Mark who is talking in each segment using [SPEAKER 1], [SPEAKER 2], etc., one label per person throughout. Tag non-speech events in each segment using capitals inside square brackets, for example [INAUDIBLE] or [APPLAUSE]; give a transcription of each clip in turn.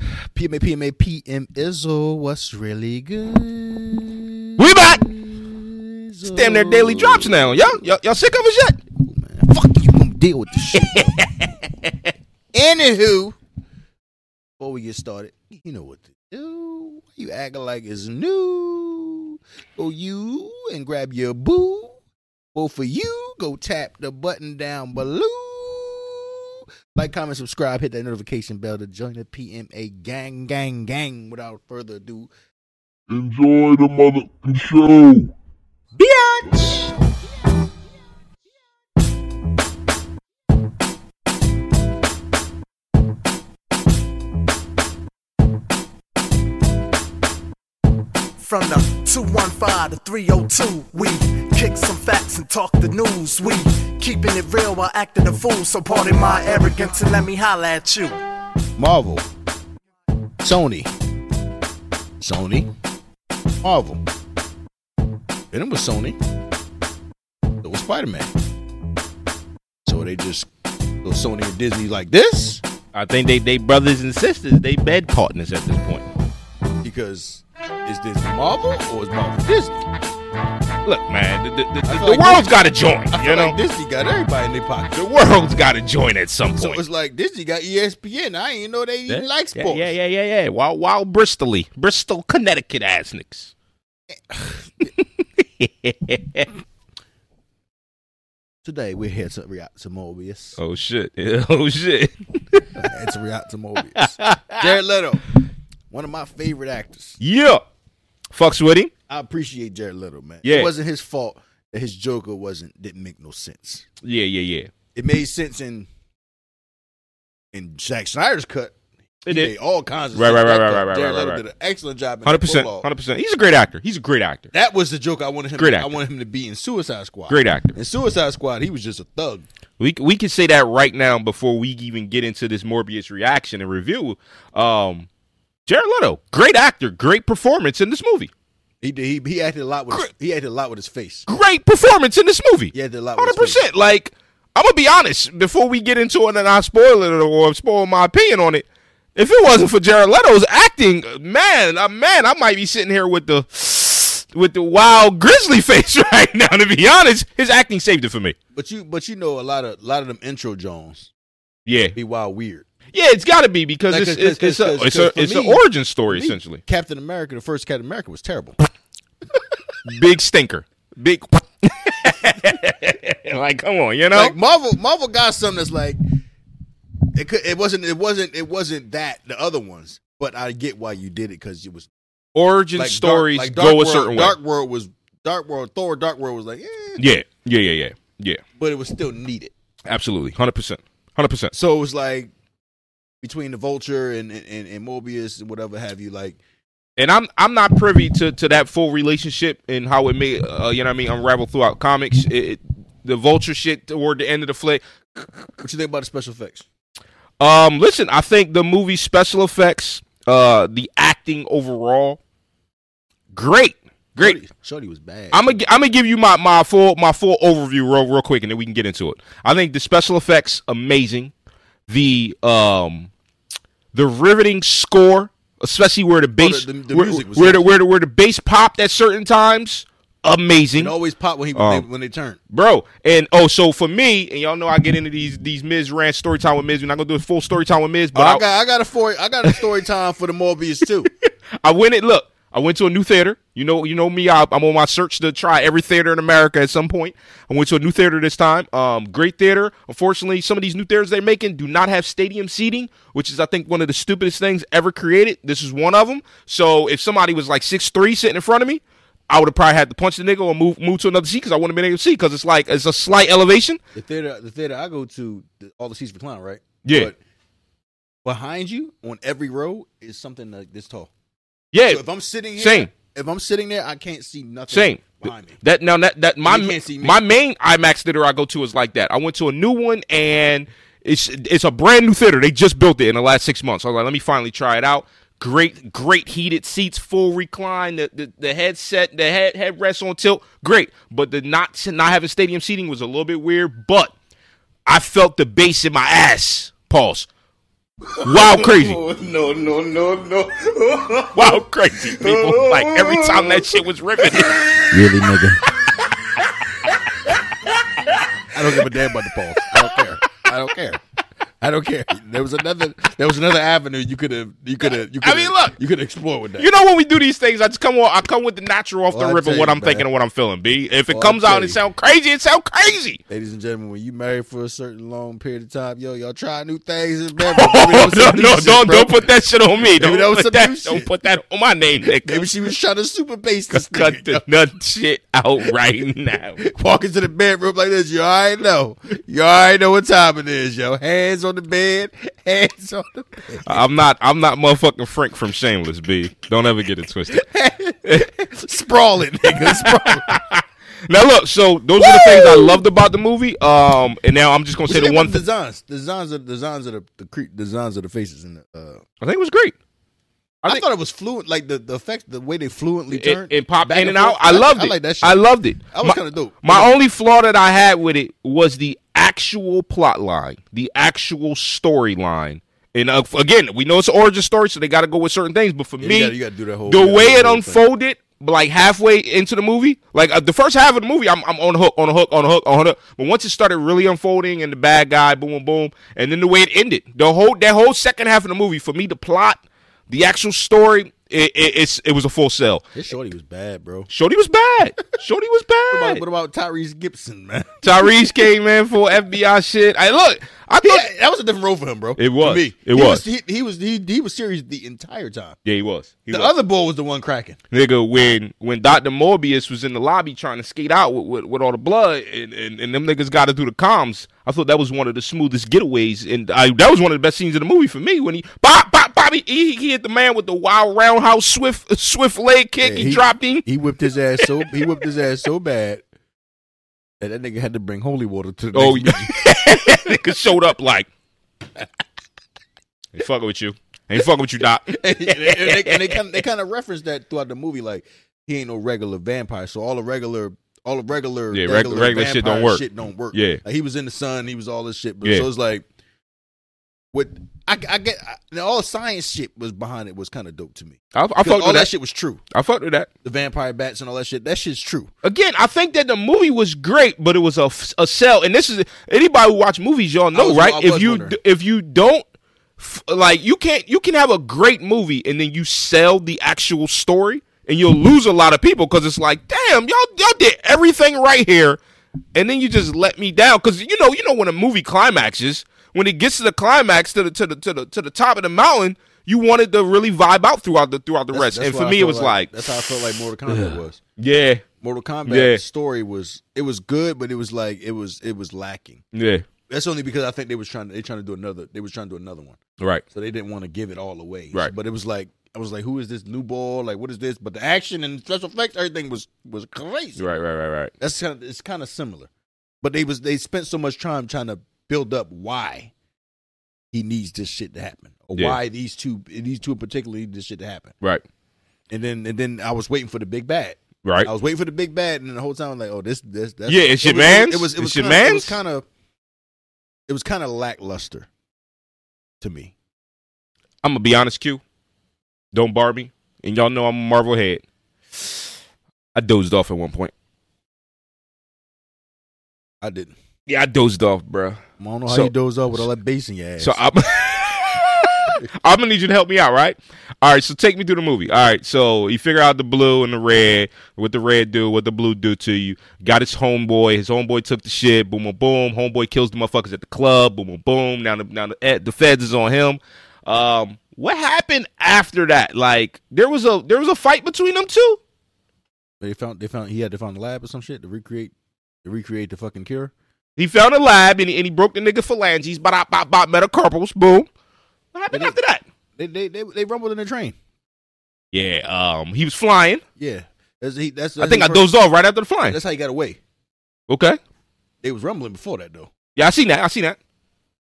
[SPEAKER 1] PMA, PMA, PM Izzle. What's really good?
[SPEAKER 2] We back.
[SPEAKER 1] It's
[SPEAKER 2] Damn near daily drops now. Y'all, y'all, y'all sick of us yet?
[SPEAKER 1] Man, fuck you, gonna deal with this shit. [LAUGHS] Anywho, before we get started, you know what to do. You acting like it's new. Go you and grab your boo. Well, for you, go tap the button down below. Like, comment, subscribe, hit that notification bell to join the PMA gang, gang, gang. Without further ado,
[SPEAKER 3] Enjoy the motherfucking show.
[SPEAKER 4] From the 215 to 302, we kick some facts and talk the news. We keeping it real while acting a fool. So pardon my arrogance and let me holla at you.
[SPEAKER 1] Marvel, Sony, Sony, Marvel. Venom was Sony. So was Spider Man. So they just go Sony and Disney like this
[SPEAKER 2] I think they they brothers and sisters. They bed partners at this point.
[SPEAKER 1] because is this Marvel or is Marvel Disney?
[SPEAKER 2] Look, man, the, the, the,
[SPEAKER 1] I feel
[SPEAKER 2] the
[SPEAKER 1] like this-
[SPEAKER 2] world's got to join.
[SPEAKER 1] I feel
[SPEAKER 2] You know,
[SPEAKER 1] like Disney got everybody in their pocket.
[SPEAKER 2] the world's got to join at some point.
[SPEAKER 1] So it's like Disney got E ESPN. I ain't know they even
[SPEAKER 2] Yeah,
[SPEAKER 1] like
[SPEAKER 2] yeah,
[SPEAKER 1] sports.
[SPEAKER 2] Yeah, yeah, yeah, yeah. Wild, wild Bristolly, Bristol, Connecticut ass niggas.
[SPEAKER 1] Today we're here to react to Mobius.
[SPEAKER 2] oh shit! [LAUGHS] Oh shit!
[SPEAKER 1] and to react to Mobius.
[SPEAKER 2] [LAUGHS]
[SPEAKER 1] Jared Leto, one of my favorite actors.
[SPEAKER 2] Yeah, fucks with him.
[SPEAKER 1] I appreciate Jared Little, man.
[SPEAKER 2] Yeah.
[SPEAKER 1] It wasn't his fault that his Joker wasn't didn't make no sense.
[SPEAKER 2] Yeah, yeah, yeah.
[SPEAKER 1] It made sense in in Zack Snyder's cut.
[SPEAKER 2] It
[SPEAKER 1] He
[SPEAKER 2] did.
[SPEAKER 1] made all kinds of
[SPEAKER 2] Right,
[SPEAKER 1] sense
[SPEAKER 2] right,
[SPEAKER 1] in
[SPEAKER 2] right,
[SPEAKER 1] that
[SPEAKER 2] right,
[SPEAKER 1] cut.
[SPEAKER 2] right, right,
[SPEAKER 1] Jared
[SPEAKER 2] right,
[SPEAKER 1] Leto
[SPEAKER 2] right.
[SPEAKER 1] did an excellent job. in the
[SPEAKER 2] Hundred percent,
[SPEAKER 1] prologue.
[SPEAKER 2] hundred percent. He's a great actor. He's a great actor.
[SPEAKER 1] That was the Joker I wanted him.
[SPEAKER 2] Great
[SPEAKER 1] I
[SPEAKER 2] actor.
[SPEAKER 1] wanted him to be in Suicide Squad.
[SPEAKER 2] Great actor.
[SPEAKER 1] In Suicide Squad, he was just a thug.
[SPEAKER 2] We c- we can say that right now before we even get into this Morbius reaction and review. Um, Jared Leto, great actor, great performance in this movie.
[SPEAKER 1] He did, he, he acted a lot with his, he acted a lot with his face.
[SPEAKER 2] Great performance in this movie.
[SPEAKER 1] He acted a lot with
[SPEAKER 2] hundred
[SPEAKER 1] his face.
[SPEAKER 2] percent. Like I'm gonna be honest. Before we get into it, and I spoil it or spoil my opinion on it, if it wasn't for Jared Leto's acting, man, uh, man, I might be sitting here with the with the wild grizzly [LAUGHS] face right now. To be honest, his acting saved it for me.
[SPEAKER 1] But you but you know a lot of a lot of them intro Jones
[SPEAKER 2] Yeah,
[SPEAKER 1] be wild weird.
[SPEAKER 2] yeah, it's got to be because
[SPEAKER 1] Like,
[SPEAKER 2] it's
[SPEAKER 1] 'cause-
[SPEAKER 2] it's it's,
[SPEAKER 1] 'cause-
[SPEAKER 2] a, it's, a,
[SPEAKER 1] 'cause for
[SPEAKER 2] it's an
[SPEAKER 1] me-
[SPEAKER 2] origin story
[SPEAKER 1] Me,
[SPEAKER 2] essentially.
[SPEAKER 1] Captain America, the first Captain America was terrible.
[SPEAKER 2] Big stinker, big. [LAUGHS] like, come on, you know.
[SPEAKER 1] Like Marvel, Marvel got something that's like it. Could, it wasn't. It wasn't. It wasn't that the other ones. But I get why you did it because it was
[SPEAKER 2] Origin
[SPEAKER 1] like
[SPEAKER 2] stories
[SPEAKER 1] dark, like
[SPEAKER 2] go
[SPEAKER 1] Dark
[SPEAKER 2] a certain
[SPEAKER 1] World, Dark World was Dark World. Thor, Dark World was like, eh,
[SPEAKER 2] way. Yeah, yeah, yeah, yeah, yeah.
[SPEAKER 1] but it was still needed.
[SPEAKER 2] Absolutely, hundred percent, hundred percent.
[SPEAKER 1] So it was like between the Vulture and and, and, and Mobius and whatever have you. Like
[SPEAKER 2] And I'm I'm not privy to to that full relationship and how it may uh, you know what I mean unravel throughout comics. It, it, the vulture shit toward the end of the flick.
[SPEAKER 1] what you think about the special effects?
[SPEAKER 2] Um, listen, I think the movie special effects, uh, the acting overall, great, great.
[SPEAKER 1] Shorty, Shorty was bad.
[SPEAKER 2] I'm gonna I'm gonna give you my, my full my full overview real real quick, and then we can get into it. I think the special effects amazing. The um the riveting score, especially where the bass
[SPEAKER 1] Oh, the- the
[SPEAKER 2] where,
[SPEAKER 1] music was
[SPEAKER 2] where the where the where the bass popped at certain times, amazing,
[SPEAKER 1] it always popped when he
[SPEAKER 2] Oh.
[SPEAKER 1] when, they, when they turned.
[SPEAKER 2] bro. And oh, so for me, and y'all know I get into these these Miz rant story time with Miz. We're not gonna do a full story time with Miz, but
[SPEAKER 1] But
[SPEAKER 2] I,
[SPEAKER 1] Oh, I got I got a four, I got a story time for the Mobius too.
[SPEAKER 2] I went it. Look, I went to a new theater. You know, you know me. I, I'm on my search to try every theater in America at some point. I went to a new theater this time. Um, great theater. Unfortunately, some of these new theaters they're making do not have stadium seating, which is I think one of the stupidest things ever created. This is one of them. So if somebody was like six three sitting in front of me. I would have probably had to punch the nigga or move move to another seat because I wouldn't have been able to see because it's like it's a slight elevation.
[SPEAKER 1] the theater the theater I go to the, all the seats recline, right?
[SPEAKER 2] Yeah.
[SPEAKER 1] But behind you on every row is something like this tall.
[SPEAKER 2] Yeah,
[SPEAKER 1] So if I'm sitting here,
[SPEAKER 2] same.
[SPEAKER 1] If I'm sitting there, I can't see nothing.
[SPEAKER 2] Same.
[SPEAKER 1] behind me.
[SPEAKER 2] That now that that my
[SPEAKER 1] You can't see me.
[SPEAKER 2] my main IMAX theater I go to is like that. I went to a new one and it's it's a brand new theater. They just built it in the last six months. I was like, let me finally try it out. Great, great heated seats, full recline, the the, the headset, the head headrest on tilt, great. But the not not having stadium seating was a little bit weird. But I felt the bass in my ass. Pause. Wow, crazy.
[SPEAKER 5] Oh, [LAUGHS] no, no, no, no.
[SPEAKER 2] Wow, crazy people. Like every time that shit
[SPEAKER 5] [LAUGHS]
[SPEAKER 2] was riveted.
[SPEAKER 1] Really, nigga. I don't give a damn about the Paul. I don't care. I don't care. I don't care. There was another. There was another avenue you could have. You could have. You could.
[SPEAKER 2] I mean, look.
[SPEAKER 1] You could explore with that.
[SPEAKER 2] You know when we do these things, I just come on. I come with the natural off
[SPEAKER 1] Well, I
[SPEAKER 2] the rip
[SPEAKER 1] tell
[SPEAKER 2] of what
[SPEAKER 1] you,
[SPEAKER 2] I'm thinking
[SPEAKER 1] man.
[SPEAKER 2] and what I'm feeling. B. If it
[SPEAKER 1] Well, I
[SPEAKER 2] comes out
[SPEAKER 1] tell
[SPEAKER 2] and it
[SPEAKER 1] you.
[SPEAKER 2] sound crazy, it sound crazy.
[SPEAKER 1] Ladies and gentlemen, when you married for a certain long period of time, yo, y'all try new things.
[SPEAKER 2] [LAUGHS]
[SPEAKER 1] It's better.
[SPEAKER 2] Oh, no, no, don't don't put that shit on me. Don't,
[SPEAKER 1] that was
[SPEAKER 2] put
[SPEAKER 1] some
[SPEAKER 2] that,
[SPEAKER 1] new shit.
[SPEAKER 2] don't put that on my name,
[SPEAKER 1] Maybe
[SPEAKER 2] nigga.
[SPEAKER 1] she was trying to super base this.
[SPEAKER 2] [LAUGHS] Cut
[SPEAKER 1] nigga,
[SPEAKER 2] the nut shit out
[SPEAKER 1] [LAUGHS]
[SPEAKER 2] right now.
[SPEAKER 1] Walk into the bedroom like this, you already know. You already know what time it is, yo. Hands on the bed, hands on the bed.
[SPEAKER 2] I'm not. I'm not motherfucking Frank from Shameless. B. Don't ever get it twisted.
[SPEAKER 1] Sprawling, nigga. Sprawling.
[SPEAKER 2] Now look. So those are the things I loved about the movie. Um, and now I'm just gonna say the one.
[SPEAKER 1] the
[SPEAKER 2] thing.
[SPEAKER 1] designs, the designs of the designs of the, the cre- designs of the faces and the. Uh,
[SPEAKER 2] I think it was great.
[SPEAKER 1] I,
[SPEAKER 2] think-
[SPEAKER 1] thought it was fluent, like the the effect, the way they fluently
[SPEAKER 2] It,
[SPEAKER 1] turned
[SPEAKER 2] it popped
[SPEAKER 1] back
[SPEAKER 2] in and out.
[SPEAKER 1] forth.
[SPEAKER 2] I loved it.
[SPEAKER 1] I like that shit.
[SPEAKER 2] I loved it.
[SPEAKER 1] That was
[SPEAKER 2] My-
[SPEAKER 1] kinda dope.
[SPEAKER 2] My only flaw that I had with it was the actual plot line, the actual storyline. And uh, again, we know it's an origin story, so they got to go with certain things. But for
[SPEAKER 1] you
[SPEAKER 2] me,
[SPEAKER 1] gotta- you gotta do that whole-
[SPEAKER 2] the
[SPEAKER 1] you gotta
[SPEAKER 2] way
[SPEAKER 1] do
[SPEAKER 2] it
[SPEAKER 1] the whole thing.
[SPEAKER 2] unfolded, like halfway into the movie, like uh, the first half of the movie, I'm, I'm on the hook, on the hook, on the hook, on the hook. But once it started really unfolding, and the bad guy, boom, boom, and then the way it ended, the whole that whole second half of the movie, for me, the plot, the actual story, it, it, it's it was a full sell.
[SPEAKER 1] This shorty was bad, bro.
[SPEAKER 2] Shorty was bad. Shorty was
[SPEAKER 1] What
[SPEAKER 2] bad.
[SPEAKER 1] about, what about Tyrese Gibson, [LAUGHS] man?
[SPEAKER 2] Tyrese came in for FBI shit. I look. I
[SPEAKER 1] He-
[SPEAKER 2] thought.
[SPEAKER 1] that was a different role for him, bro.
[SPEAKER 2] It was.
[SPEAKER 1] For me.
[SPEAKER 2] It
[SPEAKER 1] he
[SPEAKER 2] was.
[SPEAKER 1] he, he was. He, he was serious the entire time.
[SPEAKER 2] Yeah, he was. He
[SPEAKER 1] the
[SPEAKER 2] was.
[SPEAKER 1] other boy was the one cracking.
[SPEAKER 2] nigga when when Doctor Morbius was in the lobby trying to skate out with, with, with all the blood and, and, and them niggas got to do the comms. I thought that was one of the smoothest getaways and I, that was one of the best scenes in the movie for me when he pop pop pop he, he he hit the man with the wild roundhouse swift swift leg kick.
[SPEAKER 1] Yeah,
[SPEAKER 2] he,
[SPEAKER 1] he- [LAUGHS]
[SPEAKER 2] dropped him.
[SPEAKER 1] He whipped his ass so he whipped his ass so bad that that nigga had to bring holy water to the.
[SPEAKER 2] Oh,
[SPEAKER 1] next
[SPEAKER 2] yeah. [LAUGHS] nigga showed up like. Ain't fucking with you. Ain't fucking with you, Doc.
[SPEAKER 1] [LAUGHS] and they, and they kind of, they kind of referenced that throughout the movie, like he ain't no regular vampire. So all the regular, all the regular,
[SPEAKER 2] Yeah, reg- regular shit
[SPEAKER 1] vampire
[SPEAKER 2] don't work.
[SPEAKER 1] Shit don't work.
[SPEAKER 2] Yeah.
[SPEAKER 1] Like, he was in the sun. He was all this shit. But
[SPEAKER 2] Yeah.
[SPEAKER 1] so it's like, what I, I get, I, and all the science shit was behind it was kind of dope to me.
[SPEAKER 2] I, I
[SPEAKER 1] 'Cause
[SPEAKER 2] fucked
[SPEAKER 1] all
[SPEAKER 2] with
[SPEAKER 1] that
[SPEAKER 2] that.
[SPEAKER 1] shit was true.
[SPEAKER 2] I fucked with that.
[SPEAKER 1] The vampire bats and all that shit. That shit's true.
[SPEAKER 2] Again, I think that the movie was great, but it was a, f- a sell. And this is anybody who watch movies, y'all know,
[SPEAKER 1] was-
[SPEAKER 2] right?
[SPEAKER 1] I
[SPEAKER 2] if
[SPEAKER 1] was
[SPEAKER 2] you
[SPEAKER 1] wondering.
[SPEAKER 2] d- if you don't f- like, you can't you can have a great movie and then you sell the actual story, and you'll lose a lot of people because it's like, damn, y'all y'all did everything right here, and then you just let me down because you know you know when a movie climaxes when it gets to the climax to the to the to the to the top of the mountain. You wanted to really vibe out throughout the throughout the rest,
[SPEAKER 1] That's
[SPEAKER 2] and
[SPEAKER 1] what
[SPEAKER 2] for
[SPEAKER 1] I
[SPEAKER 2] me, it
[SPEAKER 1] felt
[SPEAKER 2] was like,
[SPEAKER 1] that's how I felt like Mortal Kombat was.
[SPEAKER 2] yeah,
[SPEAKER 1] Mortal Kombat
[SPEAKER 2] Yeah.
[SPEAKER 1] story was it was good, but it was like it was it was lacking.
[SPEAKER 2] yeah,
[SPEAKER 1] That's only because I think they was trying to they trying to do another they was trying to do another one.
[SPEAKER 2] right.
[SPEAKER 1] So they didn't want to give it all away.
[SPEAKER 2] Right.
[SPEAKER 1] But it was like I was like, who is this new ball? Like what is this? But the action and special effects, everything was was crazy.
[SPEAKER 2] Right, right, right, right.
[SPEAKER 1] That's kind of it's kind of similar. But they was they spent so much time trying to build up why he needs this shit to happen. Or
[SPEAKER 2] Yeah.
[SPEAKER 1] why these two these two in particular need this shit to happen.
[SPEAKER 2] Right.
[SPEAKER 1] And then and then I was waiting for the big bad.
[SPEAKER 2] Right.
[SPEAKER 1] I was waiting for the big bad, and the whole time I was like, "Oh, this, this, that's
[SPEAKER 2] Yeah, it's
[SPEAKER 1] it
[SPEAKER 2] your
[SPEAKER 1] was-
[SPEAKER 2] mans?
[SPEAKER 1] It was, it was
[SPEAKER 2] It's your
[SPEAKER 1] kinda, It
[SPEAKER 2] mans?
[SPEAKER 1] was kind of, it was kind of lackluster to me.
[SPEAKER 2] I'm gonna be honest, Q. Don't bar me. And y'all know I'm a Marvel head. I dozed off at one point.
[SPEAKER 1] I didn't.
[SPEAKER 2] Yeah, I dozed off, bruh.
[SPEAKER 1] I don't know how
[SPEAKER 2] So-
[SPEAKER 1] you doze off with all that bass in your ass.
[SPEAKER 2] So I'm [LAUGHS] I'm gonna need you to help me out, right? All right, so take me through the movie. All right, so you figure out the blue and the red, what the red do, what the blue do to you. Got his homeboy. His homeboy took the shit. Boom, boom, boom. Homeboy kills the motherfuckers at the club. Boom, boom, boom. Now the now the, eh, the feds is on him. Um, what happened after that? Like there was a there was a fight between them two.
[SPEAKER 1] they found they found he had to find a lab or some shit to recreate to recreate the fucking cure.
[SPEAKER 2] He found a lab and he, and he broke the nigga phalanges. Bop, bop, bop, metacarpals. Boom. What happened
[SPEAKER 1] It is-
[SPEAKER 2] after that?
[SPEAKER 1] They they they, they rumbled in the train.
[SPEAKER 2] Yeah. Um, he was flying.
[SPEAKER 1] Yeah, that's he. That's,
[SPEAKER 2] I think I
[SPEAKER 1] that's
[SPEAKER 2] dozed off right after the flying.
[SPEAKER 1] That's how he got away.
[SPEAKER 2] Okay.
[SPEAKER 1] They was rumbling before that though.
[SPEAKER 2] Yeah, I seen that. I seen that.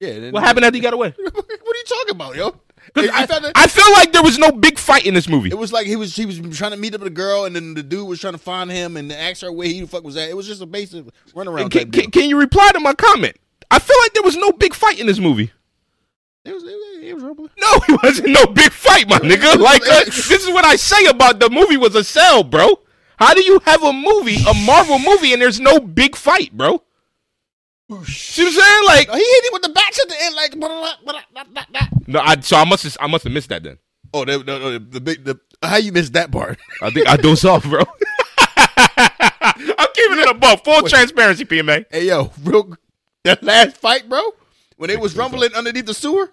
[SPEAKER 1] Yeah. and then-
[SPEAKER 2] What happened after he got away?
[SPEAKER 1] [LAUGHS] what are you talking about, yo?
[SPEAKER 2] 'Cause
[SPEAKER 1] He- he
[SPEAKER 2] I,
[SPEAKER 1] found that-
[SPEAKER 2] I feel like there was no big fight in this movie.
[SPEAKER 1] It was like he was he was trying to meet up with a girl, and then the dude was trying to find him and ask her where he the fuck was at. It was just a basic runaround.
[SPEAKER 2] And can,
[SPEAKER 1] type deal.
[SPEAKER 2] can, can you reply to my comment? I feel like there was no big fight in this movie. [LAUGHS]
[SPEAKER 1] It was, it, was rumbling.
[SPEAKER 2] No, it wasn't no big fight, my nigga. Like uh, this is what I say about the movie was a sell, bro. How do you have a movie, a Marvel movie, and there's no big fight, bro? See what I'm saying?
[SPEAKER 1] Oh,
[SPEAKER 2] Like,
[SPEAKER 1] he hit him with the bats at the end, like. Blah, blah, blah, blah, blah, blah.
[SPEAKER 2] no, I, so I must, I must have missed that then.
[SPEAKER 1] Oh, the, the, the, the big. The, how you missed that part? [LAUGHS]
[SPEAKER 2] I think I dozed [LAUGHS] off, bro. I'm keeping it above full transparency, PMA.
[SPEAKER 1] hey, yo, real. That last fight, bro, when they was rumbling underneath the sewer,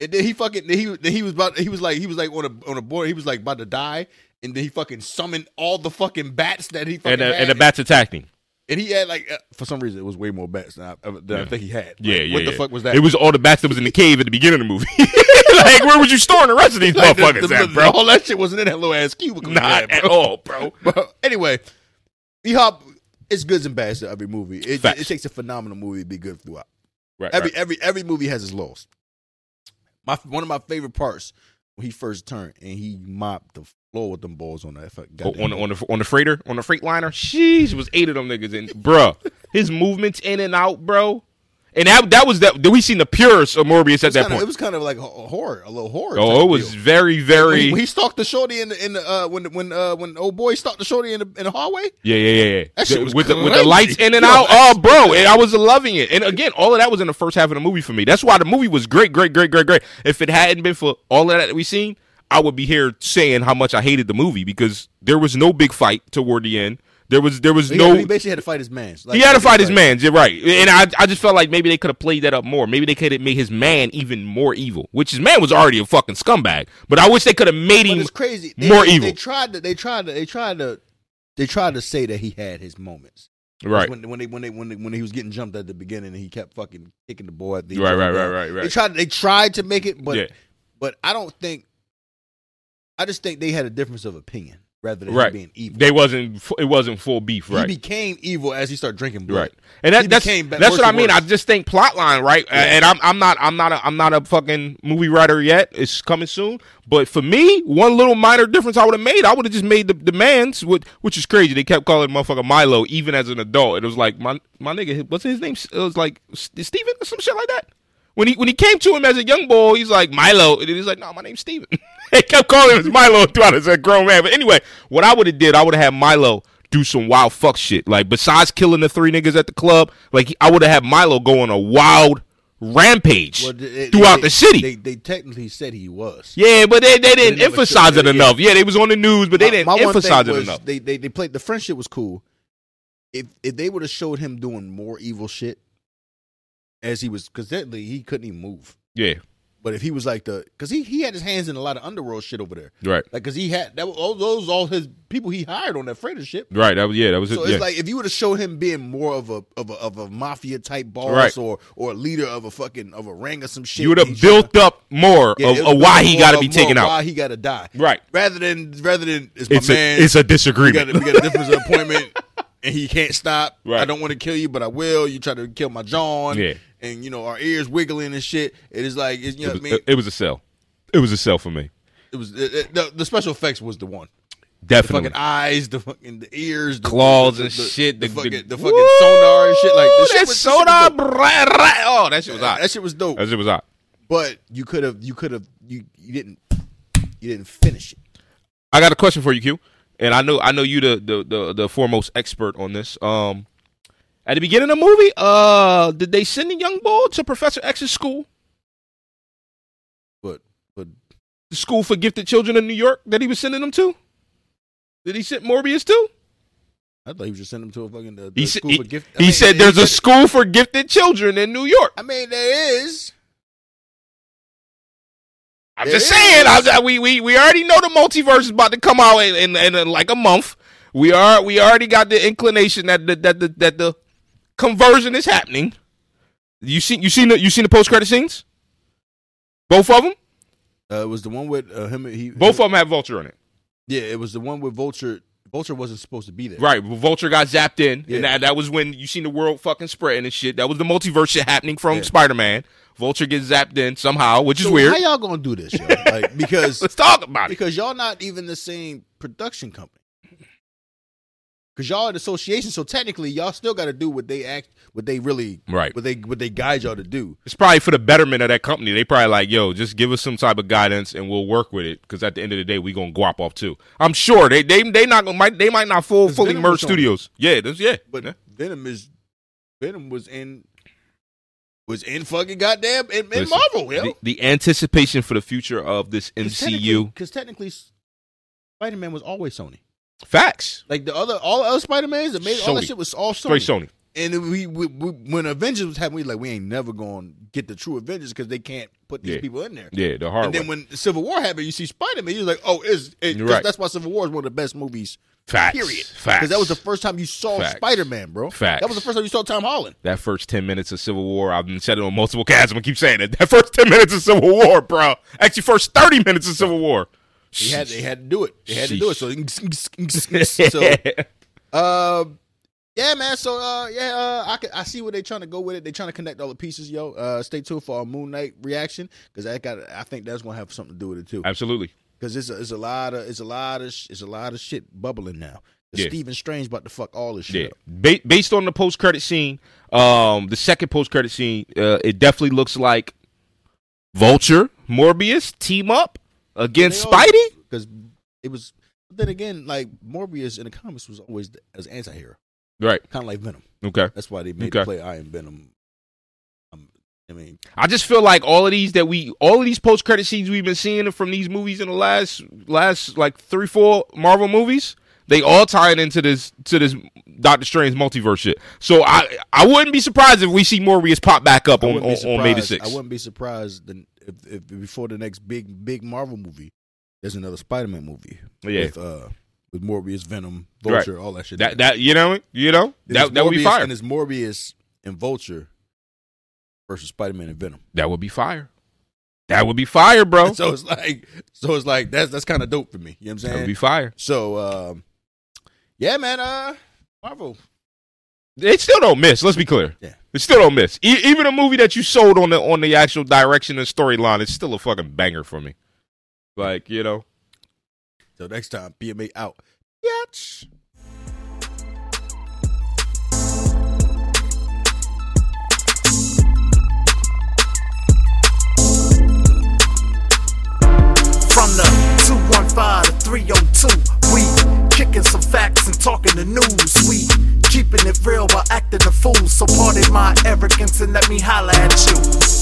[SPEAKER 1] and then he fucking, then he, then he was about, he was like, he was like on a on a board, he was like about to die, and then he fucking summoned all the fucking bats that he fucking
[SPEAKER 2] And, uh,
[SPEAKER 1] had.
[SPEAKER 2] and the bats attacked him.
[SPEAKER 1] And he had like uh, for some reason it was way more bats than I, uh, than I think he had. Like,
[SPEAKER 2] Yeah, yeah.
[SPEAKER 1] What the
[SPEAKER 2] yeah.
[SPEAKER 1] fuck was that?
[SPEAKER 2] It was all the bats that was in the cave at the beginning of the movie. [LAUGHS] like, where was you storing the rest of
[SPEAKER 1] [LAUGHS]
[SPEAKER 2] these
[SPEAKER 1] Like, the-
[SPEAKER 2] motherfuckers
[SPEAKER 1] the- the-
[SPEAKER 2] at, bro?
[SPEAKER 1] All that shit wasn't in that little ass cubicle.
[SPEAKER 2] Not
[SPEAKER 1] Yeah,
[SPEAKER 2] at
[SPEAKER 1] [LAUGHS]
[SPEAKER 2] all, bro.
[SPEAKER 1] bro. anyway, E Hop, it's goods and bads to every movie. It,
[SPEAKER 2] Facts.
[SPEAKER 1] it takes a phenomenal movie to be good throughout.
[SPEAKER 2] Right,
[SPEAKER 1] Every
[SPEAKER 2] right.
[SPEAKER 1] every every movie has its lows. My one of my favorite parts when he first turned and he mopped the floor with them balls on that fucking
[SPEAKER 2] Oh,
[SPEAKER 1] goddamn-
[SPEAKER 2] on the, on the on the freighter on the freight liner. Sheesh, it was eight of them niggas in, bruh. His movements in and out, bro. And that that was that. We seen the purest of Morbius
[SPEAKER 1] It
[SPEAKER 2] at
[SPEAKER 1] was
[SPEAKER 2] that
[SPEAKER 1] kinda-
[SPEAKER 2] point.
[SPEAKER 1] It was kind of like a a horror, a little horror. type
[SPEAKER 2] oh, it
[SPEAKER 1] of
[SPEAKER 2] was
[SPEAKER 1] deal.
[SPEAKER 2] very
[SPEAKER 1] When
[SPEAKER 2] very.
[SPEAKER 1] he, when he stalked the shorty in the, in the uh, when when uh, when old boy stalked the shorty in the in the hallway.
[SPEAKER 2] Yeah, yeah, yeah, yeah.
[SPEAKER 1] That shit was
[SPEAKER 2] with the with the
[SPEAKER 1] crazy.
[SPEAKER 2] lights in and
[SPEAKER 1] Yo,
[SPEAKER 2] out.
[SPEAKER 1] that's-
[SPEAKER 2] Oh, bro, and I was loving it. And again, all of that was in the first half of the movie for me. That's why the movie was great, great, great, great, great. If it hadn't been for all of that that we seen, I would be here saying how much I hated the movie because there was no big fight toward the end. There was there was
[SPEAKER 1] He,
[SPEAKER 2] no
[SPEAKER 1] he basically had to fight his man. Like,
[SPEAKER 2] he had to fight his man. You're right, and I, I just felt like maybe they could have played that up more. Maybe they could have made his man even more evil, which his man was already a fucking scumbag. But I wish they could have made
[SPEAKER 1] But
[SPEAKER 2] him
[SPEAKER 1] it's crazy. They,
[SPEAKER 2] more
[SPEAKER 1] they,
[SPEAKER 2] evil.
[SPEAKER 1] They tried to. They tried to. They tried to. They tried to say that he had his moments.
[SPEAKER 2] right.
[SPEAKER 1] When, when they when they when they, when he was getting jumped at the beginning and he kept fucking kicking the ball at the
[SPEAKER 2] Right, right,
[SPEAKER 1] down.
[SPEAKER 2] right, right, right.
[SPEAKER 1] They tried they tried to make it, but
[SPEAKER 2] Yeah.
[SPEAKER 1] but I don't think I just think they had a difference of opinion rather than him
[SPEAKER 2] Right.
[SPEAKER 1] being evil.
[SPEAKER 2] They wasn't f- it wasn't full beef, right?
[SPEAKER 1] He became evil as he started drinking blood.
[SPEAKER 2] Right, and that,
[SPEAKER 1] He
[SPEAKER 2] that's
[SPEAKER 1] became ba-
[SPEAKER 2] that's
[SPEAKER 1] worse
[SPEAKER 2] what I
[SPEAKER 1] and
[SPEAKER 2] mean. I
[SPEAKER 1] worse.
[SPEAKER 2] just think plot line, right? Uh, And I'm I'm not I'm not a, I'm not a fucking movie writer yet. It's coming soon, but for me, one little minor difference I would have made, I would have just made the demands, which which is crazy. They kept calling motherfucker Milo even as an adult. It was like my my nigga, what's his name? It was like S- Steven or some shit like that. When he when he came to him as a young boy, he's like Milo, and he's like, no, my name's Steven. [LAUGHS] they kept calling him as Milo throughout as a grown man. But anyway, what I would have did, I would have had Milo do some wild fuck shit. Like besides killing the three niggas at the club, like I would have had Milo go on a wild rampage
[SPEAKER 1] Well, they- they-
[SPEAKER 2] throughout
[SPEAKER 1] they-
[SPEAKER 2] the city.
[SPEAKER 1] They they technically said he was.
[SPEAKER 2] yeah, but they, they didn't
[SPEAKER 1] They never
[SPEAKER 2] emphasize
[SPEAKER 1] said
[SPEAKER 2] it
[SPEAKER 1] that,
[SPEAKER 2] enough. Yeah, they was on the news, but they
[SPEAKER 1] My-
[SPEAKER 2] didn't
[SPEAKER 1] my one thing
[SPEAKER 2] emphasize it
[SPEAKER 1] was
[SPEAKER 2] enough.
[SPEAKER 1] They, they they played the friendship was cool. If if they would have showed him doing more evil shit as he was because he couldn't even move.
[SPEAKER 2] yeah,
[SPEAKER 1] But if he was like the because he he had his hands in a lot of underworld shit over there.
[SPEAKER 2] right,
[SPEAKER 1] Like, cause he had that was, all those all his people he hired on that freighter ship.
[SPEAKER 2] right. That was yeah, that was
[SPEAKER 1] So
[SPEAKER 2] it.
[SPEAKER 1] it's
[SPEAKER 2] yeah.
[SPEAKER 1] like if you would have showed him being more of a of a, of a mafia type boss
[SPEAKER 2] Right.
[SPEAKER 1] or or a leader of a fucking of a ring or some shit,
[SPEAKER 2] you would
[SPEAKER 1] he
[SPEAKER 2] have
[SPEAKER 1] should've-
[SPEAKER 2] built up more
[SPEAKER 1] Yeah,
[SPEAKER 2] of,
[SPEAKER 1] it
[SPEAKER 2] of
[SPEAKER 1] was
[SPEAKER 2] why he
[SPEAKER 1] more
[SPEAKER 2] got to
[SPEAKER 1] of
[SPEAKER 2] be
[SPEAKER 1] more
[SPEAKER 2] taken out.
[SPEAKER 1] why he got to die,
[SPEAKER 2] Right.
[SPEAKER 1] Rather than rather than it's my
[SPEAKER 2] It's
[SPEAKER 1] man,
[SPEAKER 2] a it's a
[SPEAKER 1] we
[SPEAKER 2] disagreement.
[SPEAKER 1] got a, we got a difference of
[SPEAKER 2] [LAUGHS]
[SPEAKER 1] appointment, and he can't stop.
[SPEAKER 2] Right.
[SPEAKER 1] I don't want to kill you, but I will. You try to kill my John,
[SPEAKER 2] Yeah.
[SPEAKER 1] and you know our ears wiggling and shit. It is like it's, you know
[SPEAKER 2] it,
[SPEAKER 1] what
[SPEAKER 2] was,
[SPEAKER 1] I mean.
[SPEAKER 2] it- it was a sell. It was a sell for me.
[SPEAKER 1] It was it, it- the, the special effects was the one. the
[SPEAKER 2] Definitely.
[SPEAKER 1] fucking eyes, the fucking the ears, the
[SPEAKER 2] Claws
[SPEAKER 1] the-
[SPEAKER 2] and
[SPEAKER 1] the-
[SPEAKER 2] shit.
[SPEAKER 1] the, fucking the fucking sonar and shit like
[SPEAKER 2] Woo,
[SPEAKER 1] this. Shit
[SPEAKER 2] that
[SPEAKER 1] was, this shit was
[SPEAKER 2] sonar.
[SPEAKER 1] dope.
[SPEAKER 2] bra- ra- oh, that shit was hot. Uh,
[SPEAKER 1] That shit was dope.
[SPEAKER 2] That shit was hot.
[SPEAKER 1] But you could have, you could have, you you didn't, you didn't finish it.
[SPEAKER 2] I got a question for you, Q. And I know I know you the the the, the foremost expert on this. Um, at the beginning of the movie, uh, did they send the young boy to Professor X's school,
[SPEAKER 1] But but
[SPEAKER 2] the school for gifted children in New York that he was sending them to? Did he send Morbius to?
[SPEAKER 1] I thought you just send him to a fucking the, the
[SPEAKER 2] He, sa-
[SPEAKER 1] school
[SPEAKER 2] he,
[SPEAKER 1] for gift. I
[SPEAKER 2] he
[SPEAKER 1] mean,
[SPEAKER 2] said
[SPEAKER 1] it-
[SPEAKER 2] there's a
[SPEAKER 1] it-
[SPEAKER 2] school for gifted children in New York.
[SPEAKER 1] I mean, there is.
[SPEAKER 2] I'm
[SPEAKER 1] There
[SPEAKER 2] just
[SPEAKER 1] is.
[SPEAKER 2] saying. I, I- we we we already know the multiverse is about to come out in in, in, uh, like a month. We are we already got the inclination that the, that the that the conversion is happening. You seen you seen the you seen the post credit scenes? Both of them.
[SPEAKER 1] Uh, it was the one with uh, him. and- He
[SPEAKER 2] Both of them have Vulture in it.
[SPEAKER 1] Yeah, it was the one with Vulture. Vulture wasn't supposed to be there.
[SPEAKER 2] Right. well, Vulture got zapped in,
[SPEAKER 1] Yeah.
[SPEAKER 2] and that, that was when you seen the world fucking spreading and shit. That was the multiverse shit happening from
[SPEAKER 1] Yeah.
[SPEAKER 2] Spider Man. Vulture gets zapped in somehow, which is
[SPEAKER 1] So
[SPEAKER 2] weird.
[SPEAKER 1] How y'all gonna do
[SPEAKER 2] [LAUGHS]
[SPEAKER 1] this, yo? Like because
[SPEAKER 2] Let's talk about it.
[SPEAKER 1] because y'all not even the same production company. because y'all an association. So technically, y'all still got to do what they act, what they really,
[SPEAKER 2] Right.
[SPEAKER 1] what they what they guide y'all to do.
[SPEAKER 2] It's probably for the betterment of that company. They probably like, yo, just give us some type of guidance and we'll work with it. Because at the end of the day, we gonna guap off too. I'm sure they they they not gonna might they might not full
[SPEAKER 1] It's
[SPEAKER 2] fully
[SPEAKER 1] Venom
[SPEAKER 2] merge
[SPEAKER 1] was on it.
[SPEAKER 2] studios. Yeah, that's yeah.
[SPEAKER 1] But
[SPEAKER 2] Yeah.
[SPEAKER 1] Venom is Venom was in was in fucking goddamn in, in
[SPEAKER 2] Listen,
[SPEAKER 1] Marvel, yo.
[SPEAKER 2] the, the anticipation for the future of this MCU
[SPEAKER 1] because technically, Spider Man was always Sony.
[SPEAKER 2] facts.
[SPEAKER 1] Like the other, all the other Spider Mans, amazing, all that
[SPEAKER 2] Sony.
[SPEAKER 1] shit was all Sony.
[SPEAKER 2] Straight Sony.
[SPEAKER 1] And then we, we, we when Avengers was happening, we like we ain't never gonna get the true Avengers because they can't put these
[SPEAKER 2] Yeah.
[SPEAKER 1] people in there.
[SPEAKER 2] Yeah, the
[SPEAKER 1] and
[SPEAKER 2] hard
[SPEAKER 1] then
[SPEAKER 2] one.
[SPEAKER 1] when Civil War happened, you see Spider Man. You're like, oh, is it, 'cause
[SPEAKER 2] Right.
[SPEAKER 1] that's why Civil War is one of the best movies.
[SPEAKER 2] Facts.
[SPEAKER 1] Period.
[SPEAKER 2] Facts.
[SPEAKER 1] that was the first time you saw
[SPEAKER 2] Facts.
[SPEAKER 1] Spider Man, bro.
[SPEAKER 2] Facts.
[SPEAKER 1] That was the first time you saw Tom Holland.
[SPEAKER 2] that first 10 minutes of Civil War, I've been said it on multiple casts. I'm going to keep saying it. That first 10 minutes of Civil War, bro. Actually, first 30 minutes of Civil War.
[SPEAKER 1] They had they had to do it. They had to do it. So, so
[SPEAKER 2] so,
[SPEAKER 1] Uh, yeah, man. So, uh, yeah, uh, I could, I see where they trying to go with it. They trying to connect all the pieces, yo. Uh, stay tuned for our Moon Knight reaction because I got, I think that's gonna have something to do with it too.
[SPEAKER 2] [LAUGHS] Absolutely.
[SPEAKER 1] Because it's a, it's a lot of, it's a lot of, sh- it's a lot of shit bubbling now.
[SPEAKER 2] Yeah.
[SPEAKER 1] Stephen Strange about to fuck all this shit.
[SPEAKER 2] Yeah.
[SPEAKER 1] up.
[SPEAKER 2] Ba- based on the post credit scene, um, the second post credit scene, uh, it definitely looks like Vulture, Morbius team up against
[SPEAKER 1] They all-
[SPEAKER 2] Spidey.
[SPEAKER 1] Because it was. But then again, like Morbius in the comics was always th- as anti-hero.
[SPEAKER 2] Right.
[SPEAKER 1] kind of like Venom.
[SPEAKER 2] Okay.
[SPEAKER 1] That's why they made
[SPEAKER 2] Okay.
[SPEAKER 1] the play I am Venom. Um, I mean,
[SPEAKER 2] I just feel like all of these that we, all of these post credit scenes we've been seeing from these movies in the last, last like three, four Marvel movies, they all tie it into this, to this Doctor Strange multiverse shit. So I, I wouldn't be surprised if we see Morbius pop back up
[SPEAKER 1] I
[SPEAKER 2] on, on,
[SPEAKER 1] wouldn't be
[SPEAKER 2] on May the
[SPEAKER 1] surprised- I
[SPEAKER 2] sixth.
[SPEAKER 1] wouldn't be surprised the- if, if before the next big big Marvel movie, there's another Spider-Man movie
[SPEAKER 2] Yeah.
[SPEAKER 1] with uh with Morbius, Venom,
[SPEAKER 2] Right.
[SPEAKER 1] Vulture, all that shit.
[SPEAKER 2] That, that you know, you know,
[SPEAKER 1] Then
[SPEAKER 2] that
[SPEAKER 1] it's
[SPEAKER 2] that would be
[SPEAKER 1] Morbius-
[SPEAKER 2] fire.
[SPEAKER 1] And it's Morbius and Vulture versus Spider-Man and Venom.
[SPEAKER 2] That would be fire. That would be fire,
[SPEAKER 1] [LAUGHS]
[SPEAKER 2] bro.
[SPEAKER 1] So it's like so it's like that's that's kind of dope for me. You know what I'm
[SPEAKER 2] That
[SPEAKER 1] saying?
[SPEAKER 2] would be fire.
[SPEAKER 1] so um yeah, man. Uh, Marvel.
[SPEAKER 2] They still don't miss. Let's be clear.
[SPEAKER 1] Yeah.
[SPEAKER 2] They still don't miss. E- even a movie that you sold on the on the actual direction and storyline, it's still a fucking banger for me. Like you know,
[SPEAKER 1] Till next time, PMA out. Yatch.
[SPEAKER 4] From the 215 to 302, we kicking some facts and talking the news. We keeping it real while acting a fool. So pardon my arrogance and let me holler at you.